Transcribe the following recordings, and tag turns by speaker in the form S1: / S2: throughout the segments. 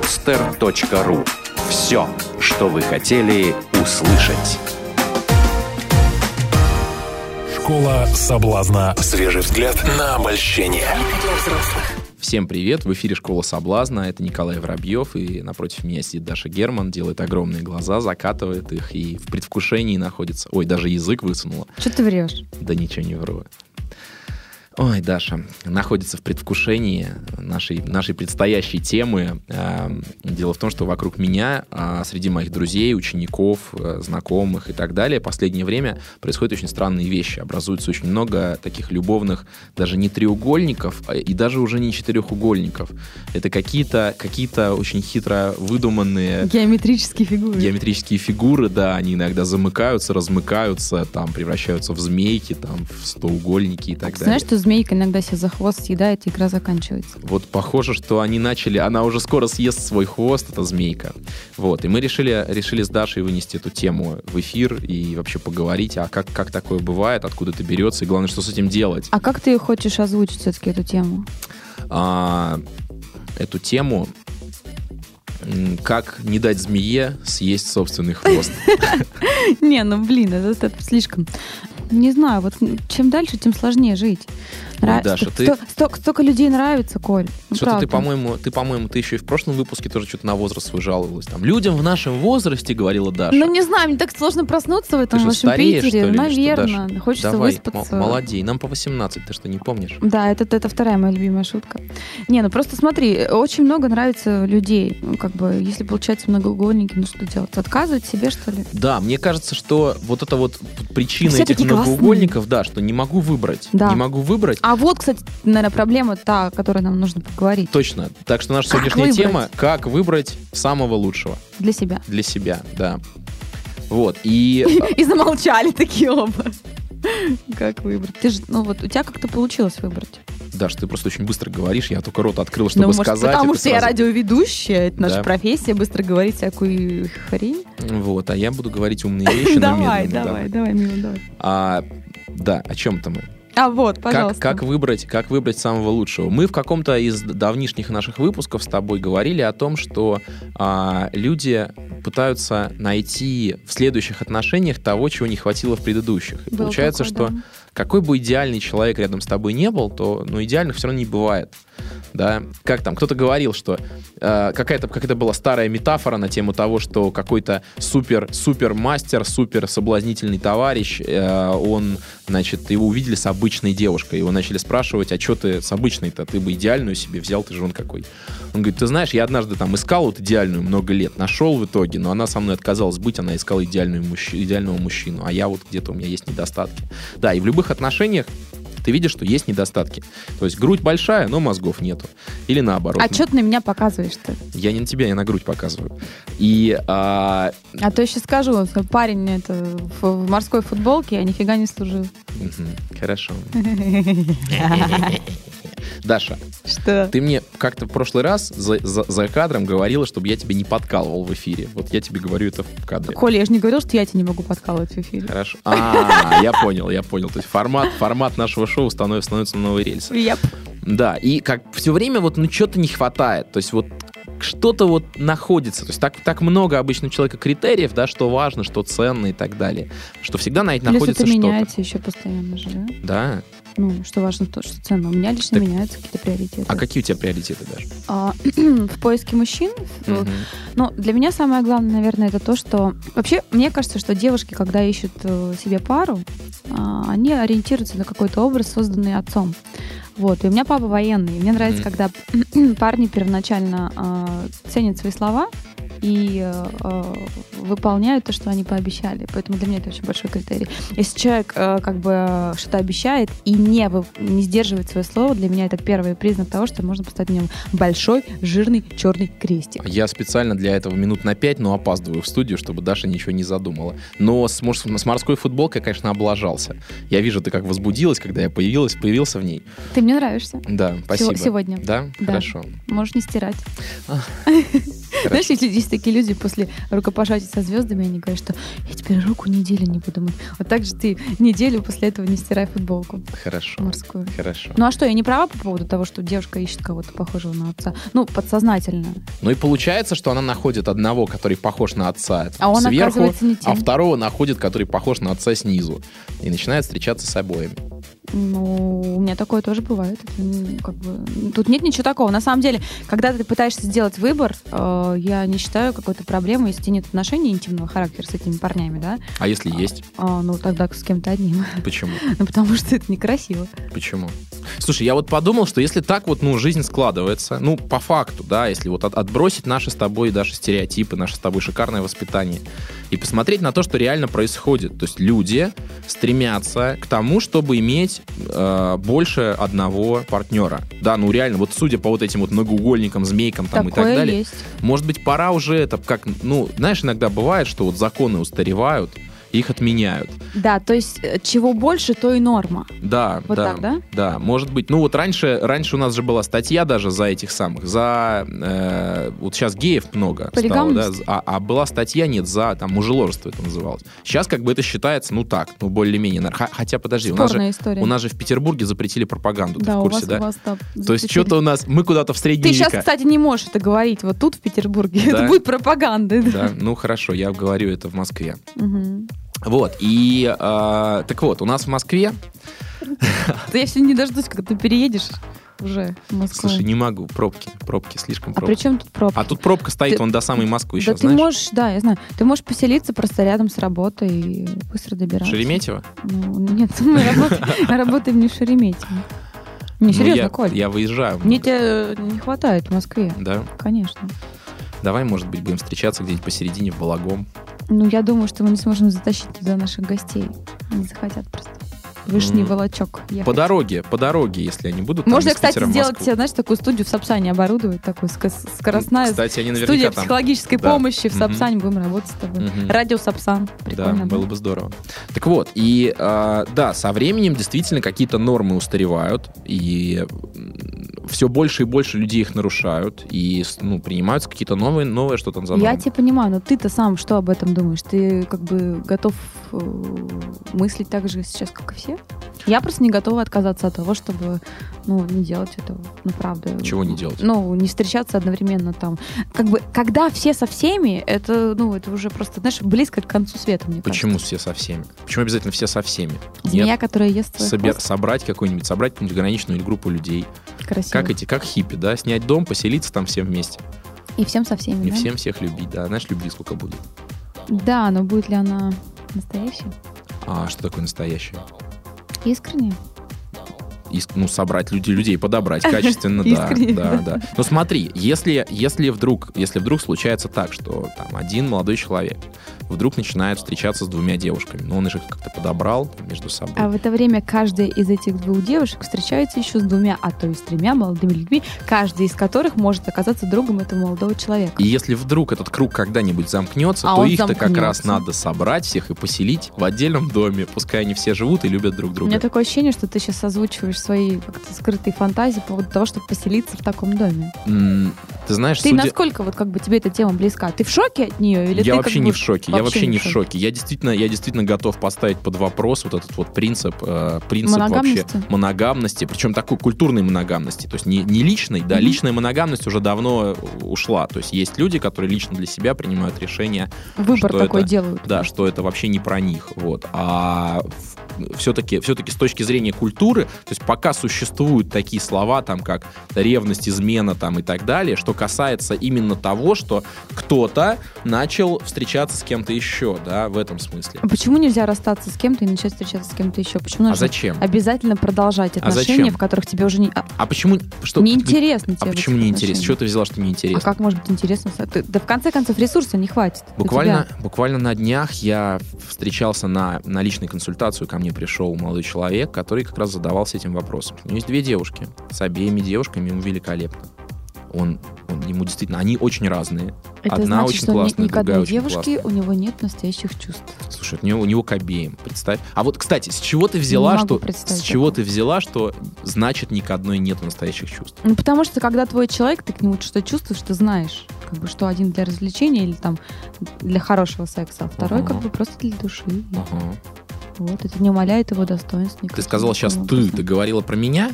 S1: podster.ru. Все, что вы хотели услышать.
S2: Школа соблазна. Свежий взгляд на обольщение.
S3: Всем привет, в эфире «Школа соблазна», это Николай Воробьев, и напротив меня сидит Даша Герман, делает огромные глаза, закатывает их и в предвкушении находится. Ой, даже язык высунула.
S4: Что ты врешь?
S3: Да ничего не вру. Ой, Даша, находится в предвкушении нашей, нашей предстоящей темы. Э, Дело в том, что вокруг меня, а, среди моих друзей, учеников, э, знакомых и так далее, последнее время происходят очень странные вещи. Образуется очень много таких любовных, даже не треугольников, а и даже уже не четырехугольников. Это какие-то какие очень хитро выдуманные
S4: Геометрические фигуры.
S3: геометрические фигуры, да, они иногда замыкаются, размыкаются, там превращаются в змейки, там в стоугольники и
S4: А
S3: так
S4: ты
S3: далее.
S4: знаешь, что змейка иногда себя за хвост съедает, и игра заканчивается?
S3: Вот похоже, что они начали, она уже скоро съест свой хвост, эта змейка. Вот, и мы решили, решили с Дашей вынести эту тему в эфир и вообще поговорить, а как, как такое бывает, откуда это берется, и главное, что с этим делать.
S4: А как ты хочешь озвучить все-таки эту тему?
S3: А, эту тему, м, как не дать змее съесть собственный хвост.
S4: Не, ну блин, это, это слишком. Не знаю, вот чем дальше, тем сложнее жить.
S3: Ой, Даша,
S4: сто-
S3: ты-
S4: сто- столько, людей нравится, Коль. Ну,
S3: Что-то ты,
S4: правда.
S3: по-моему, ты, по-моему, ты еще и в прошлом выпуске тоже что-то на возраст свой жаловалась. Там, людям в нашем возрасте, говорила Даша.
S4: Ну, не знаю, мне так сложно проснуться в этом
S3: что,
S4: вашем
S3: стареешь,
S4: Питере.
S3: что ли, или что,
S4: Наверное, хочется
S3: Давай,
S4: выспаться.
S3: м- молодей, нам по 18, ты что, не помнишь?
S4: Да, это, это вторая моя любимая шутка. Не, ну просто смотри, очень много нравится людей. Ну, как бы, если получается многоугольники, ну что делать? Отказывать себе, что ли?
S3: Да, мне кажется, что вот это вот причина
S4: Все
S3: этих
S4: такие классные.
S3: многоугольников, да, что не могу выбрать.
S4: Да.
S3: Не могу выбрать.
S4: А вот, кстати, наверное, проблема та, о которой нам нужно поговорить.
S3: Точно. Так что наша
S4: Как
S3: сегодняшняя
S4: выбрать?
S3: тема как выбрать самого лучшего
S4: Для себя.
S3: для себя, да. Вот. И а,
S4: И замолчали такие оба. Как выбрать? Ты же, ну вот, у тебя как-то получилось выбрать.
S3: Даш, ты просто очень быстро говоришь, я только рот открыл, чтобы
S4: ну, может,
S3: сказать.
S4: потому
S3: это
S4: что я
S3: сразу-
S4: радиоведущая, это наша
S3: Да.
S4: профессия, быстро говорить всякую хрень.
S3: Вот, а я буду говорить умные вещи, но
S4: давай,
S3: медленно, да.
S4: давай, давай, милый, давай.
S3: А, да, о чем-то мы.
S4: А вот,
S3: Как,
S4: пожалуйста.
S3: как выбрать, как выбрать самого лучшего? Мы в каком-то из давнишних наших выпусков с тобой говорили о том, что а, люди пытаются найти в следующих отношениях того, чего не хватило в предыдущих. И
S4: Было
S3: получается,
S4: такое,
S3: что какой бы идеальный человек рядом с тобой не был, то ну, идеальных все равно не бывает. Да, как там, кто-то говорил, что э, какая-то какая-то была старая метафора на тему того, что какой-то супер-супер мастер, супер соблазнительный товарищ, э, он, значит, его увидели с обычной девушкой, его начали спрашивать, а что ты с обычной-то, ты бы идеальную себе взял, ты же он какой. Он говорит, ты знаешь, я однажды там искал вот идеальную много лет, нашел в итоге, но она со мной отказалась быть, она искала идеальную мужч- идеального мужчину, а я вот где-то у меня есть недостатки. Да, и в любых отношениях ты видишь, что есть недостатки. То есть грудь большая, но мозгов нету. Или наоборот.
S4: А что ты на меня показываешь-то?
S3: Я не на тебя, я на грудь показываю. И а,
S4: А то я сейчас скажу, что парень это в, в морской футболке, а нифига не служил.
S3: мгм, хорошо. Даша,
S4: Что?
S3: ты мне как-то в прошлый раз за, за- за кадром говорила, чтобы я тебе не подкалывал в эфире. Вот я тебе говорю это в кадре.
S4: Коля, я же не говорил, что я тебя не могу подкалывать в эфире.
S3: Хорошо. А, я понял, я понял. То есть формат, формат нашего шоу становится, становится на новые рельсы.
S4: Я
S3: Да, и как все время вот ну что-то не хватает. То есть вот что-то вот находится. То есть так, так много обычно у человека критериев, да, что важно, что ценно и так далее. Что всегда на
S4: Плюс
S3: находится
S4: это
S3: что-то.
S4: меняется еще постоянно же, да?
S3: Да.
S4: Ну, что важно, то, что ценно. У меня лично
S3: Так-
S4: меняются какие-то приоритеты.
S3: А какие у тебя приоритеты, Даша?
S4: А, в поиске мужчин, в-
S3: Мгм.
S4: Ну, для меня самое главное, наверное, это то, что... Вообще, мне кажется, что девушки, когда ищут э, себе пару, а, они ориентируются на какой-то образ, созданный отцом. Вот. И у меня папа военный. И Мне нравится,
S3: Мгм.
S4: когда парни первоначально э, ценят свои слова и э, э, выполняют то, что они пообещали. Поэтому для меня это очень большой критерий. Если человек э, как бы что-то обещает и не, вы- не сдерживает свое слово, для меня это первый признак того, что можно поставить на нем большой, жирный, черный крестик.
S3: Я специально для этого минут на пять, но опаздываю в студию, чтобы Даша ничего не задумала. Но с, морс- с морской футболкой, я, конечно, облажался. Я вижу, ты как возбудилась, когда я появилась, появился в ней.
S4: Ты мне нравишься.
S3: Да, спасибо.
S4: сегодня.
S3: Да?
S4: Да.
S3: Хорошо.
S4: Можешь не стирать. Знаешь, если есть такие люди после рукопожатия со звездами, они говорят, что я теперь руку неделю не буду мыть. Вот так же ты неделю после этого не стирай футболку
S3: Хорошо.
S4: морскую.
S3: Хорошо.
S4: Ну а что, я не права по поводу того, что девушка ищет кого-то похожего на отца? Ну, подсознательно.
S3: Ну и получается, что она находит одного, который похож на отца
S4: А он,
S3: сверху,
S4: оказывается, не
S3: а
S4: тем.
S3: второго находит, который похож на отца снизу. И начинает встречаться с обоими.
S4: Ну, у меня такое тоже бывает. Это, м, как бы, тут нет ничего такого. На самом деле, когда ты пытаешься сделать выбор, э, я не считаю какой-то проблемой, если у тебя нет отношений интимного характера с этими парнями, да?
S3: А если есть?
S4: А, ну, тогда с кем-то одним.
S3: Почему?
S4: Ну, потому что это некрасиво.
S3: Почему? Слушай, я вот подумал, что если так вот, ну, жизнь складывается, ну, по факту, да, если вот от- отбросить наши с тобой даже стереотипы, наше с тобой шикарное воспитание, и посмотреть на то, что реально происходит. То есть люди стремятся к тому, чтобы иметь э, больше одного партнера. Да, ну реально, вот судя по вот этим вот многоугольникам, змейкам там и так
S4: такое
S3: далее,
S4: есть.
S3: может быть, пора уже это как, ну, знаешь, иногда бывает, что вот законы устаревают, их отменяют.
S4: Да, то есть э, чего больше, то и норма.
S3: Да,
S4: Вот
S3: да.
S4: так, да?
S3: Да, может быть. Ну вот раньше, раньше у нас же была статья даже за этих самых, за э, вот сейчас геев много стало, да,
S4: Полигамность?
S3: а, а была статья нет за там мужеложество это называлось. Сейчас как бы это считается, ну так, ну более-менее. нар- хо- Хотя подожди, у нас же
S4: Спорная история.
S3: у нас же в Петербурге запретили пропаганду, ты
S4: да,
S3: в
S4: у вас,
S3: курсе, да?
S4: у вас там
S3: То есть что-то у нас мы куда-то в средние
S4: Ты сейчас,
S3: века.
S4: кстати, не можешь это говорить вот тут, в Петербурге.
S3: Да.
S4: Это будет пропаганда.
S3: Да, ну хорошо, я говорю это в Москве.
S4: Мгм.
S3: Вот и э, так вот у нас в Москве
S4: Да Я все не дождусь, когда ты переедешь уже в Москву.
S3: Слушай, не могу, пробки, пробки, слишком
S4: а
S3: пробки.
S4: при чем тут пробка?
S3: А тут пробка стоит
S4: Ты-
S3: вон до самой Москвы еще,
S4: да ты
S3: знаешь?
S4: можешь, да, я знаю. Ты можешь поселиться просто рядом с работой и быстро добираться.
S3: Шереметьево?
S4: Ну, нет, мы работаем- работаем не в Шереметьево. Не,
S3: Ну,
S4: серьезно,
S3: я,
S4: Коль.
S3: Я выезжаю.
S4: Мне тебя не хватает в Москве,
S3: Да.
S4: конечно.
S3: Давай, может быть, будем встречаться где-нибудь посередине в Балагом.
S4: Ну, я думаю, что мы не сможем затащить туда наших гостей. Не захотят просто. Вышний
S3: М.
S4: волочок. ехать.
S3: По дороге, по дороге, если они будут. там,
S4: Можно,
S3: из
S4: кстати,
S3: Питера в
S4: сделать
S3: Москву.
S4: себе, знаешь, такую студию в Сапсане оборудовать, такую скос- скоростная
S3: Кстати, они наверняка
S4: студия
S3: там.
S4: психологической
S3: Да.
S4: помощи в
S3: Мгм.
S4: Сапсане. Будем работать с тобой.
S3: Мгм.
S4: Радио Сапсан.
S3: Да,
S4: Прикольно.
S3: было бы здорово. Так вот, и э, да, со временем действительно какие-то нормы устаревают, и все больше и больше людей их нарушают, и с- ну, принимаются какие-то новые, новые, что там за
S4: Я
S3: нормы.
S4: тебя понимаю, но ты-то сам что об этом думаешь? Ты как бы готов э, мыслить так же сейчас, как и все? Я просто не готова отказаться от того, чтобы ну, не делать этого. Ну, правда.
S3: Чего не делать?
S4: Ну, не встречаться одновременно там. Как бы, когда все со всеми, это, ну, это уже просто, знаешь, близко к концу света, мне
S3: Почему все со всеми? Почему обязательно все со всеми?
S4: кажется. Змея, которая ест твой
S3: Собер-
S4: хвост.
S3: собрать какую-нибудь, собрать какую-нибудь ограниченную или группу людей.
S4: Красиво.
S3: Как эти, как хиппи, да? Снять дом, поселиться там всем вместе.
S4: И всем со всеми,
S3: И
S4: да?
S3: всем всех любить, да. Знаешь, любви сколько будет.
S4: Да, но будет ли она настоящей?
S3: А что такое настоящее?
S4: Искренне?
S3: Иск- ну, собрать людей, людей подобрать качественно, да,
S4: Искренне.
S3: да, да. Но смотри, если, если вдруг, если вдруг случается так, что там один молодой человек вдруг начинает встречаться с двумя девушками, но он их как-то подобрал между собой.
S4: А в это время каждая из этих двух девушек встречается еще с двумя, а то и с тремя молодыми людьми, каждый из которых может оказаться другом этого молодого человека.
S3: И если вдруг этот круг когда-нибудь замкнется,
S4: А
S3: то
S4: он
S3: их-то как
S4: замкнется.
S3: раз надо собрать всех и поселить в отдельном доме. Пускай они все живут и любят друг
S4: У меня
S3: друга.
S4: такое ощущение, что ты сейчас озвучиваешь свои как-то скрытые фантазии по поводу того, чтобы поселиться в таком доме.
S3: М, Ты знаешь,
S4: Ты
S3: судя-
S4: насколько вот как бы тебе эта тема близка? Ты в шоке от нее или
S3: я
S4: ты
S3: вообще
S4: как
S3: не
S4: бы-
S3: в шоке. я
S4: вообще
S3: вообще
S4: не
S3: не
S4: в
S3: в шоке. Я действительно, я действительно готов поставить под вопрос вот этот вот принцип, э, принцип вообще
S4: Моногамности?
S3: моногамности, причем такой культурной моногамности, то есть не, не личной, да,
S4: Мгм.
S3: личная моногамность уже давно э, ушла. То есть есть люди, которые лично для себя принимают решение
S4: выбор
S3: что
S4: такой
S3: это-
S4: делают?
S3: да, что это вообще не про них, вот, а все-таки, все-таки с точки зрения культуры, то есть пока существуют такие слова, там, как ревность, измена, там, и так далее, что касается именно того, что кто-то начал встречаться с кем-то еще, да, в этом смысле.
S4: А Почему нельзя расстаться с кем-то и начать встречаться с кем-то еще? Почему
S3: А
S4: нужно
S3: зачем?
S4: обязательно продолжать
S3: А зачем?
S4: отношения, в которых тебе уже не, а,
S3: А почему... Что,
S4: неинтересно?
S3: А
S4: тебе в
S3: почему
S4: этих
S3: не интересно?
S4: отношениях?
S3: Чего ты взяла, что не
S4: А
S3: интересно?
S4: как может быть интересно? Ты- да в конце концов ресурса не хватит. у
S3: Буквально,
S4: тебя.
S3: буквально на днях я встречался на, на личной консультацию, ко мне пришел молодой человек, который как раз задавался этим вопросом. У него есть две девушки, с обеими девушками ему великолепно. Он, он- ему действительно, они очень разные.
S4: Это
S3: одна
S4: значит,
S3: очень
S4: что ни-
S3: классная,
S4: ни к одной
S3: другая очень
S4: девушке
S3: классная.
S4: у него нет настоящих чувств.
S3: Слушай, у него, у него к обеим, представь. А вот, кстати, с чего ты взяла,
S4: могу
S3: что... С
S4: представить
S3: чего
S4: такого.
S3: ты взяла, что значит ни к одной нет настоящих чувств?
S4: Ну, потому что когда твой человек, ты к нему что-то чувствуешь, ты знаешь. как бы, что один для развлечения или там для хорошего секса, а второй
S3: Ага.
S4: как бы просто для души.
S3: Ага.
S4: Вот, это не умаляет его достоинств.
S3: Ты
S4: никаким
S3: сказала сейчас ты,
S4: образом.
S3: ты говорила про меня?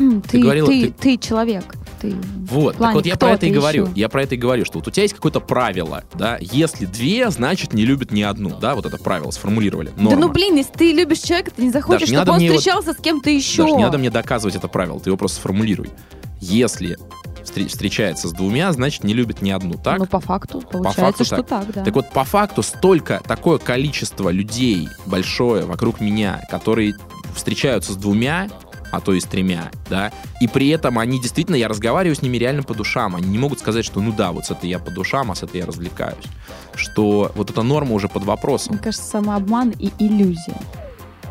S4: М, Ты,
S3: говорила,
S4: ты,
S3: ты-
S4: ты человек. Ты.
S3: Вот,
S4: В плане,
S3: так вот я
S4: кто
S3: про это и
S4: ты
S3: говорю.
S4: еще?
S3: Я про это и говорю, что вот у тебя есть какое-то правило, да, если две, значит не любят ни одну, да, вот это правило сформулировали.
S4: Да ну
S3: Норма.
S4: блин, если ты любишь человека, ты не захочешь,
S3: Даш, не
S4: чтобы
S3: надо
S4: он
S3: мне вот-
S4: встречался с кем-то еще.
S3: Даже не надо мне доказывать это правило, ты его просто сформулируй. Если встр- встречается с двумя, значит не любит ни одну, так?
S4: Ну, по факту получается,
S3: факту
S4: что так, да.
S3: Так вот, по факту, столько, такое количество людей большое вокруг меня, которые встречаются с двумя, а то и с тремя, да, и при этом они действительно, я разговариваю с ними реально по душам, они не могут сказать, что ну да, вот с этой я по душам, а с этой я развлекаюсь, что вот эта норма уже под
S4: Мне
S3: вопросом.
S4: кажется, самообман и иллюзия,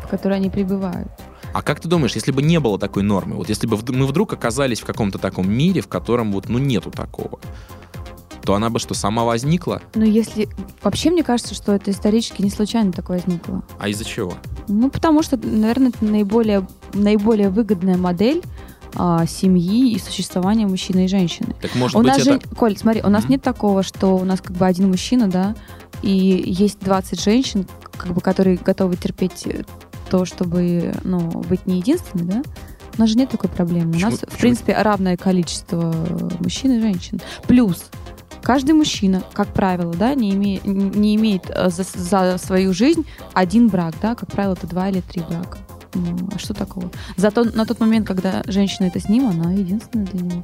S4: в которой они пребывают.
S3: А как ты думаешь, если бы не было такой нормы, вот если бы вд- мы вдруг оказались в каком-то таком мире, в котором вот ну нету такого, то она бы что, сама возникла?
S4: Но если... Вообще, мне кажется, что это исторически не случайно так возникло.
S3: А из-за чего?
S4: Ну, потому что, наверное, это наиболее, наиболее выгодная модель а, семьи и существования мужчины и женщины.
S3: Так может
S4: у
S3: быть
S4: нас
S3: это...
S4: же, Коль, смотри, у нас
S3: Мгм.
S4: нет такого, что у нас как бы один мужчина, да, и есть 20 женщин, как бы, которые готовы терпеть э, то, чтобы, ну, быть не единственной, да? У нас же нет такой проблемы.
S3: Почему-
S4: у нас, в
S3: почему-
S4: принципе, равное количество э, мужчин и женщин. Плюс каждый мужчина, как правило, да, не, име- не имеет э, за, за свою жизнь один брак, да, как правило, это два или три брака. Ну, а что такого? Зато на тот момент, когда женщина это с ним, она единственная для него.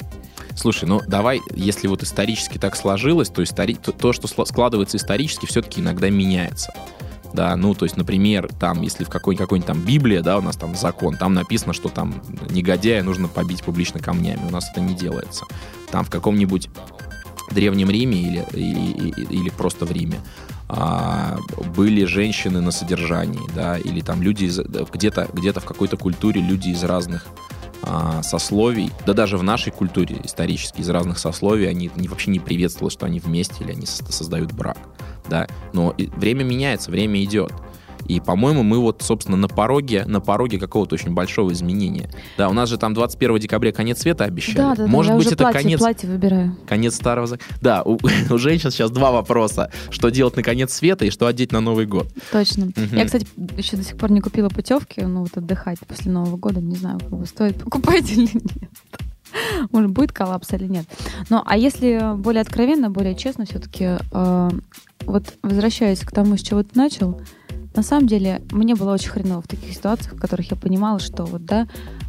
S3: Слушай, ну давай, если вот исторически так сложилось, то, истори- то, то, что сла- складывается исторически, все-таки иногда меняется. Да, ну, то есть, например, там, если в какой- какой-нибудь там Библии, да, у нас там закон, там написано, что там негодяя нужно побить публично камнями. У нас это не делается. Там в каком-нибудь Древнем Риме или, или, и- или просто в Риме а, были женщины на содержании, да, или там люди из, где-то, где-то в какой-то культуре люди из разных а, сословий, да даже в нашей культуре исторически из разных сословий они не- вообще не приветствовалось, что они вместе или они сос- создают брак, да. Но и время меняется, время идет. И, по-моему, мы вот, собственно, на пороге, на пороге какого-то очень большого изменения. Да, у нас же там 21 декабря конец света обещали.
S4: Да, да, да,
S3: Может
S4: я
S3: быть,
S4: уже
S3: это
S4: платье,
S3: конец
S4: платье выбираю.
S3: Конец старого зак- Да, у, у женщин сейчас два вопроса: что делать на конец света и что одеть на Новый год.
S4: Точно.
S3: Мгм.
S4: Я, кстати, еще до сих пор не купила путевки, ну вот отдыхать после Нового года, не знаю, как бы стоит покупать или нет. Может, будет коллапс или нет. Ну, а если более откровенно, более честно, все-таки, вот возвращаясь к тому, с чего ты начал, на самом деле, мне было очень хреново в таких ситуациях, в которых я понимала, что вот, да,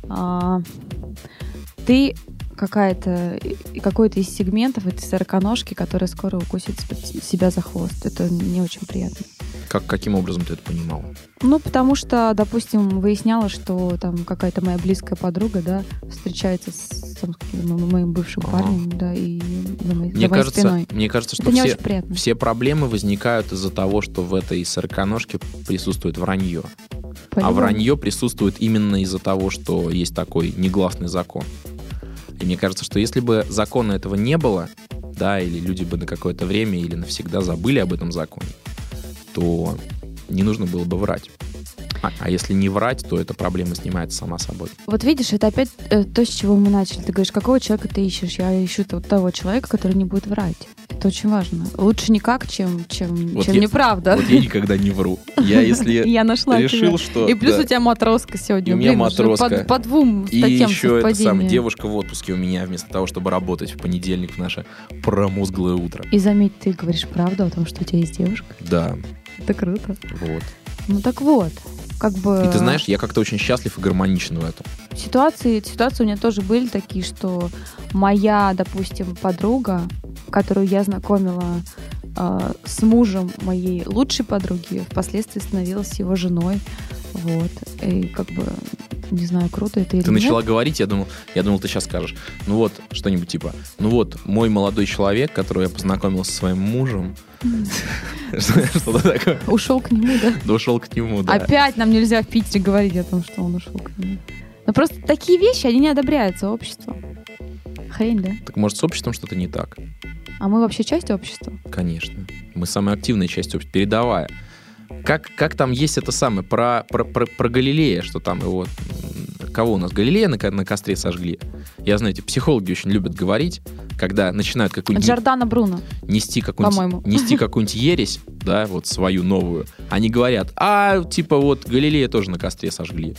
S4: а, ты какая-то, и- какой-то из сегментов этой сороконожки, которая скоро укусит себя- себя за хвост. Это не очень приятно.
S3: Как, каким образом ты это понимал?
S4: Ну, потому что, допустим, выясняла, что там какая-то моя близкая подруга, да, встречается с, там, с каким-то мо- моим бывшим
S3: Ага.
S4: парнем, да, и за моей, за
S3: Мне
S4: моей
S3: кажется,
S4: спиной.
S3: мне кажется, что
S4: Это не
S3: все,
S4: очень приятно.
S3: все проблемы возникают из-за того, что в этой сороконожке присутствует вранье. А
S4: По-любому.
S3: вранье присутствует именно из-за того, что есть такой негласный закон. И мне кажется, что если бы закона этого не было, да, или люди бы на какое-то время или навсегда забыли об этом законе, то не нужно было бы врать. А, а если не врать, то эта проблема снимается сама собой.
S4: Вот видишь, это опять э, то, с чего мы начали. Ты говоришь, какого человека ты ищешь? Я ищу то- того человека, который не будет врать. Это очень важно. Лучше никак, чем, чем,
S3: Вот
S4: чем
S3: я-
S4: неправда.
S3: Вот я никогда не вру. Я если
S4: Я нашла
S3: решил,
S4: тебя.
S3: что...
S4: И плюс
S3: да.
S4: у тебя матроска сегодня.
S3: И у меня
S4: Блин, уже
S3: матроска.
S4: По, по двум
S3: И
S4: статьям
S3: еще это самая
S4: совпадение.
S3: девушка в отпуске у меня, вместо того, чтобы работать в понедельник в наше промозглое утро.
S4: И заметь, ты говоришь правду о том, что у тебя есть девушка.
S3: Да,
S4: Это круто.
S3: вот.
S4: Ну так вот, как бы...
S3: И ты знаешь, я как-то очень счастлив и гармоничен в этом.
S4: Ситуации, ситуации у меня тоже были такие, что моя, допустим, подруга, которую я знакомила э, с мужем моей лучшей подруги, впоследствии становилась его женой. Вот. И как бы, не знаю, круто это или
S3: Ты
S4: нет.
S3: начала говорить, я думал, я думал, ты сейчас скажешь. Ну вот, что-нибудь типа, ну вот, мой молодой человек, которого я познакомил со своим мужем. Что-то такое.
S4: Ушел к нему, да?
S3: Дошел к нему, да.
S4: Опять нам нельзя в Питере говорить о том, что он ушел к нему. Но просто такие вещи, они не одобряются обществом. Хрень, да?
S3: Так может, с обществом что-то не так?
S4: А мы вообще часть общества?
S3: Конечно. Мы самая активная часть общества, передовая. Как, как там есть это самое, про, про, про, про Галилея, что там его... м, Кого у нас? Галилея на, ко- на костре сожгли. Я, знаете, психологи очень любят говорить, когда начинают какую-нибудь
S4: Джордана Бруно.
S3: нести какую-нибудь,
S4: По-моему.
S3: нести какую-нибудь ересь, да, вот свою новую, они говорят, а, типа, вот Галилея тоже на костре сожгли.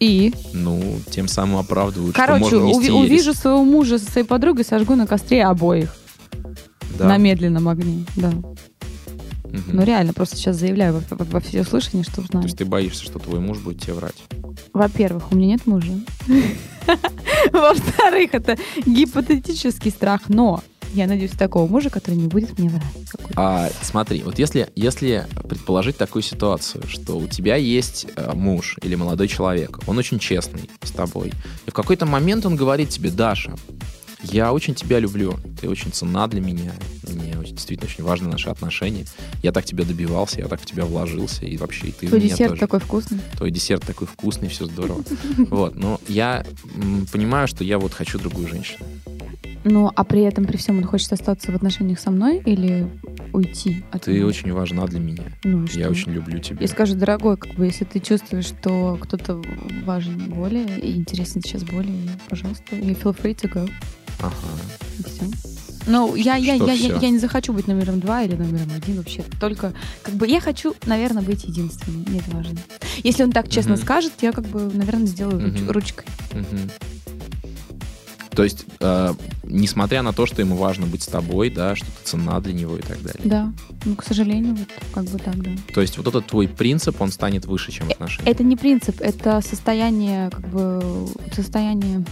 S4: И,
S3: Ну, тем самым оправдывают,
S4: короче,
S3: что можно нести
S4: уви-
S3: ересь.
S4: увижу своего мужа со своей подругой, сожгу на костре обоих.
S3: Да.
S4: На медленном огне, да.
S3: Мгм.
S4: Ну реально, просто сейчас заявляю во, во- во всеуслышание,
S3: То
S4: что знаю.
S3: есть ты боишься, что твой муж будет тебе врать.
S4: Во-первых, у меня нет мужа. Во-вторых, это гипотетический страх, но я надеюсь такого мужа, который не будет мне врать. Какой-
S3: А, смотри, вот если, если предположить такую ситуацию, что у тебя есть э, муж или молодой человек, он очень честный с тобой, и в какой-то момент он говорит тебе, Даша, я очень тебя люблю, ты очень ценна для меня, мне очень- действительно очень важны наши отношения, я так тебя добивался, я так в тебя вложился, и вообще и ты в
S4: Твой
S3: меня
S4: десерт
S3: тоже.
S4: такой вкусный.
S3: Твой десерт такой вкусный, все здорово. Вот, но я м, понимаю, что я вот хочу другую женщину.
S4: Ну, а при этом, при всем, он хочет остаться в отношениях со мной или уйти от
S3: Ты
S4: меня?
S3: очень важна для меня,
S4: Ну, и
S3: я
S4: что?
S3: очень люблю тебя.
S4: Я скажу, дорогой, как бы, если ты чувствуешь, что кто-то важен более и интересен сейчас более, пожалуйста, you feel free to go.
S3: Ага.
S4: И всё. Ну, я, я,
S3: Что
S4: я, я,
S3: всё?
S4: я не захочу быть номером два или номером один вообще. Только, как бы, я хочу, наверное, быть единственной. Мне это важно. Если он так честно
S3: Мгм.
S4: скажет, я, как бы, наверное, сделаю руч-
S3: Мгм.
S4: ручкой.
S3: Мгм. То есть, э, несмотря на то, что ему важно быть с тобой, да, что ты цена для него и так далее.
S4: Да. Ну, к сожалению, вот как бы так, да.
S3: То есть, вот этот твой принцип, он станет выше, чем отношения.
S4: Э, Это не принцип, это состояние, как бы, состояние...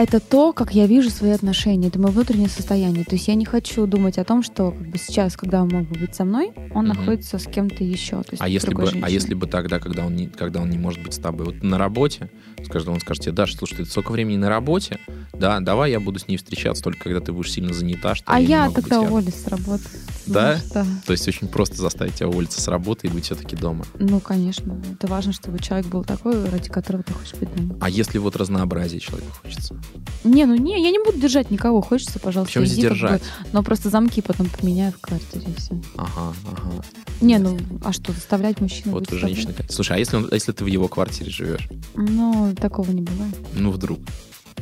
S4: Это то, как я вижу свои отношения, это мое внутреннее состояние. То есть я не хочу думать о том, что как бы сейчас, когда он мог бы быть со мной, он
S3: Мгм.
S4: находится с кем-то еще. то есть
S3: А
S4: с
S3: если,
S4: другой
S3: бы, а
S4: женщиной.
S3: если бы тогда, когда он, не, когда он не может быть с тобой, вот на работе, скажет, он скажет тебе, Даша, слушай, ты столько времени на работе, да, давай я буду с ней встречаться только когда ты будешь сильно занята, что
S4: А
S3: не
S4: я
S3: могу быть
S4: тогда
S3: рядом».
S4: уволюсь с работы.
S3: Да?
S4: Знаешь, Да.
S3: То есть очень просто заставить тебя уволиться с работы и быть все-таки дома.
S4: Ну, конечно. Это важно, чтобы человек был такой, ради которого ты хочешь быть дома.
S3: А если вот разнообразие человеку хочется?
S4: Не, ну не, я не буду держать никого. Хочется, пожалуйста,
S3: Причем
S4: иди,
S3: здесь
S4: как бы,
S3: держать?
S4: но просто замки потом поменяю в квартире и все.
S3: Ага, ага.
S4: Не, ну а что, заставлять мужчину
S3: Вот
S4: быть
S3: вы
S4: с тобой?
S3: женщины. как- Слушай, а если, он, а если ты в его квартире живешь?
S4: Ну, такого не бывает.
S3: Ну, вдруг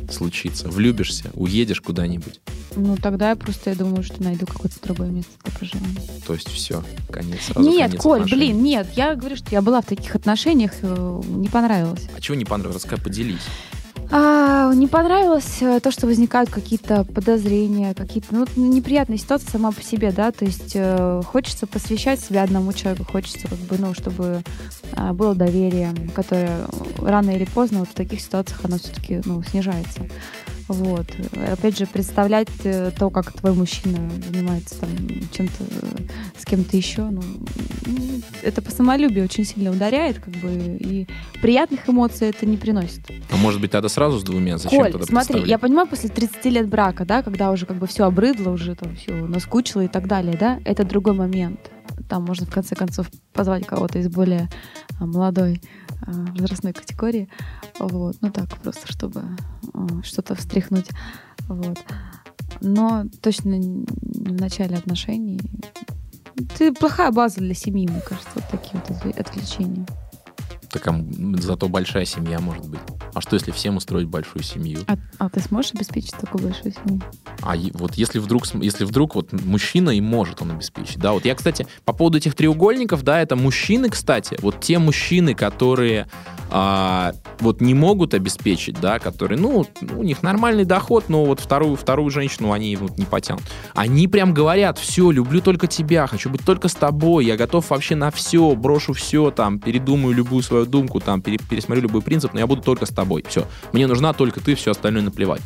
S3: случится. Влюбишься, уедешь куда-нибудь.
S4: Ну, тогда я просто, я думаю, что найду какое-то другое место для проживания.
S3: То есть все, конец. сразу
S4: нет,
S3: конец
S4: Коль,
S3: отношений.
S4: блин, нет. Я говорю, что я была в таких отношениях, э, не понравилось.
S3: А чего не понравилось? Расскажи, поделись.
S4: А, не понравилось э, то, что возникают какие-то подозрения, какие-то ну, вот неприятные ситуации сама по себе, да, то есть э, хочется посвящать себя одному человеку, хочется как бы, ну, чтобы а, было доверие, которое рано или поздно вот в таких ситуациях оно все-таки, ну, снижается. Вот. Опять же, представлять э, то, как твой мужчина занимается там чем-то, э, с кем-то еще, ну, м, это по самолюбию очень сильно ударяет, как бы, и приятных эмоций это не приносит.
S3: А может быть, тогда сразу с двумя? Зачем
S4: Коль,
S3: тогда
S4: смотри,
S3: представлять?
S4: я понимаю, после 30 лет брака, да, когда уже как бы все обрыдло, уже там все наскучило и так далее, да, это другой момент. Там можно в конце концов позвать кого-то из более а, молодой а, возрастной категории. Вот, ну так, просто чтобы а, что-то встряхнуть. Вот. Но точно не в начале отношений. Ты плохая база для семьи, мне кажется, вот такие вот отвле- отвлечения.
S3: Так, а, м, зато большая семья может быть. А что, если всем устроить большую семью?
S4: А, а ты сможешь обеспечить такую большую семью?
S3: А е- вот если вдруг, см- если вдруг вот мужчина и может он обеспечить. Да, вот я, кстати, по поводу этих треугольников, да, это мужчины, кстати, вот те мужчины, которые а, вот не могут обеспечить, да, которые, ну, вот, у них нормальный доход, но вот вторую, вторую женщину они вот не потянут. Они прям говорят, все, люблю только тебя, хочу быть только с тобой, я готов вообще на все, брошу все, там, передумаю любую свою думку, там, пере- пересмотрю любой принцип, но я буду только с тобой, все. Мне нужна только ты, все остальное наплевать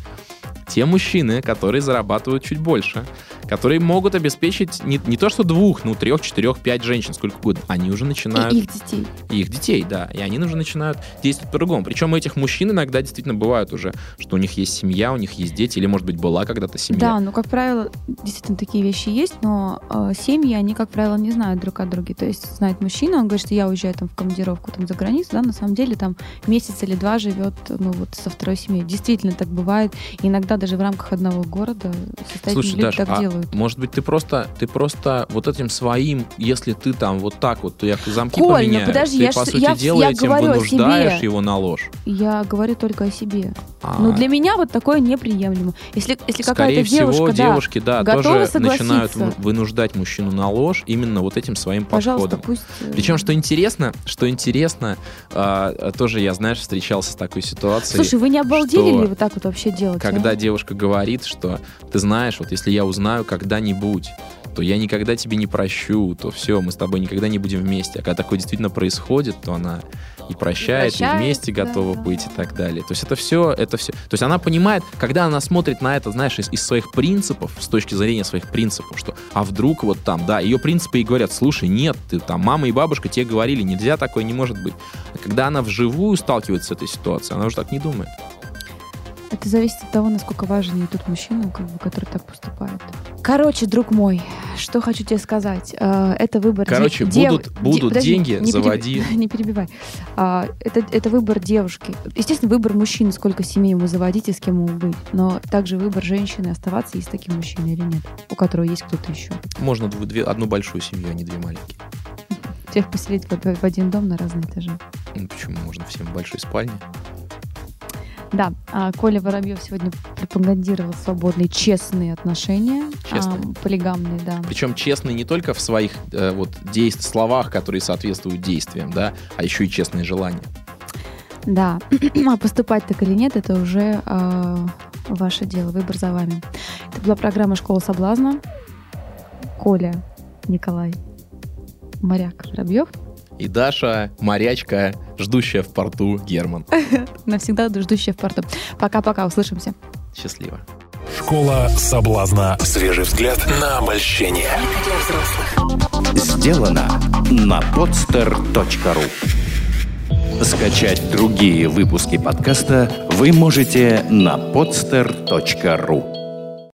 S3: те мужчины, которые зарабатывают чуть больше, которые могут обеспечить не, не то что двух, ну трех, четырех, пять женщин, сколько угодно, они уже начинают
S4: И их детей.
S3: и их детей, да, и они уже начинают действовать по-другому. Причем у этих мужчин иногда действительно бывает уже, что у них есть семья, у них есть дети, или может быть была когда-то
S4: Да,
S3: семья.
S4: ну, как правило, действительно такие вещи есть, но э, семьи, они, как правило, не знают друг о друге. То есть знает мужчина, он говорит, что я уезжаю там в командировку там за границу, да, на самом деле там месяц или два живет, ну, вот со второй семьей. Действительно так бывает. Иногда даже в рамках одного города состоятельные
S3: Слушай,
S4: люди
S3: Даша,
S4: так
S3: а,
S4: делают. делают.
S3: Может быть, ты просто, ты просто вот этим своим, если ты там вот так вот, то я замки
S4: Коль, ну
S3: поменяю.
S4: подожди,
S3: ты,
S4: я
S3: по
S4: ж-
S3: сути
S4: я-
S3: дела,
S4: я
S3: этим
S4: говорю о
S3: вынуждаешь
S4: себе.
S3: его на ложь.
S4: Я говорю только о себе.
S3: А,
S4: Но для меня вот такое неприемлемо. Если, если
S3: Скорее
S4: какая-то девушка,
S3: всего,
S4: да,
S3: девушки, да,
S4: готова
S3: тоже
S4: согласиться.
S3: начинают м- вынуждать мужчину на ложь именно вот этим своим
S4: пожалуйста,
S3: подходом.
S4: пусть... э,
S3: Причем, что интересно, что интересно, а, тоже я, знаешь, встречался с такой ситуацией.
S4: Слушай, вы не обалдели
S3: что-
S4: ли вот так вот вообще делать?
S3: Когда
S4: а?
S3: девушка говорит, что ты знаешь, вот если я узнаю когда-нибудь, то я никогда тебе не прощу, то все, мы с тобой никогда не будем вместе. А когда такое действительно происходит, то она и прощает, и,
S4: прощает,
S3: вместе
S4: да,
S3: готова
S4: да.
S3: быть и так далее. То есть это все, это все. То есть она понимает, когда она смотрит на это, знаешь, из, из своих принципов, с точки зрения своих принципов, что а вдруг вот там, да, ее принципы и говорят, слушай, нет, ты там мама и бабушка тебе говорили, нельзя такое, не может быть. А когда она вживую сталкивается с этой ситуацией, она уже так не думает.
S4: Это зависит от того, насколько важен и тот мужчина, как бы, который так поступает. Короче, друг мой, что хочу тебе сказать. Э, Это выбор... де-
S3: Короче,
S4: дев-
S3: будут-
S4: де-
S3: будут
S4: подожди,
S3: деньги,
S4: не переб-
S3: заводи.
S4: Не перебивай. А, Это, это выбор девушки. Естественно, выбор мужчины, сколько семей ему заводить и с кем ему быть. Но также выбор женщины, оставаться есть таким мужчиной или нет, у которого есть кто-то еще.
S3: Можно дв- две- одну большую семью, а не две маленькие.
S4: Всех поселить в, в один дом на разные этажи.
S3: Ну, почему можно всем в большой спальне?
S4: Да, а, Коля Воробьев сегодня пропагандировал свободные, честные отношения.
S3: Честные.
S4: ам, полигамные, да.
S3: Причем честный не только в своих э, вот действ- словах, которые соответствуют действиям, да, а еще и честные желания.
S4: Да, а поступать так или нет, это уже э, ваше дело, выбор за вами. Это была программа «Школа соблазна». Коля, Николай, Моряк, Воробьев.
S3: И Даша, морячка, ждущая в порту Герман.
S4: Навсегда ждущая в порту. Пока-пока, услышимся.
S3: Счастливо.
S2: Школа соблазна. Свежий взгляд на обольщение.
S1: Сделано на podster.ru Скачать другие выпуски подкаста вы можете на podster.ru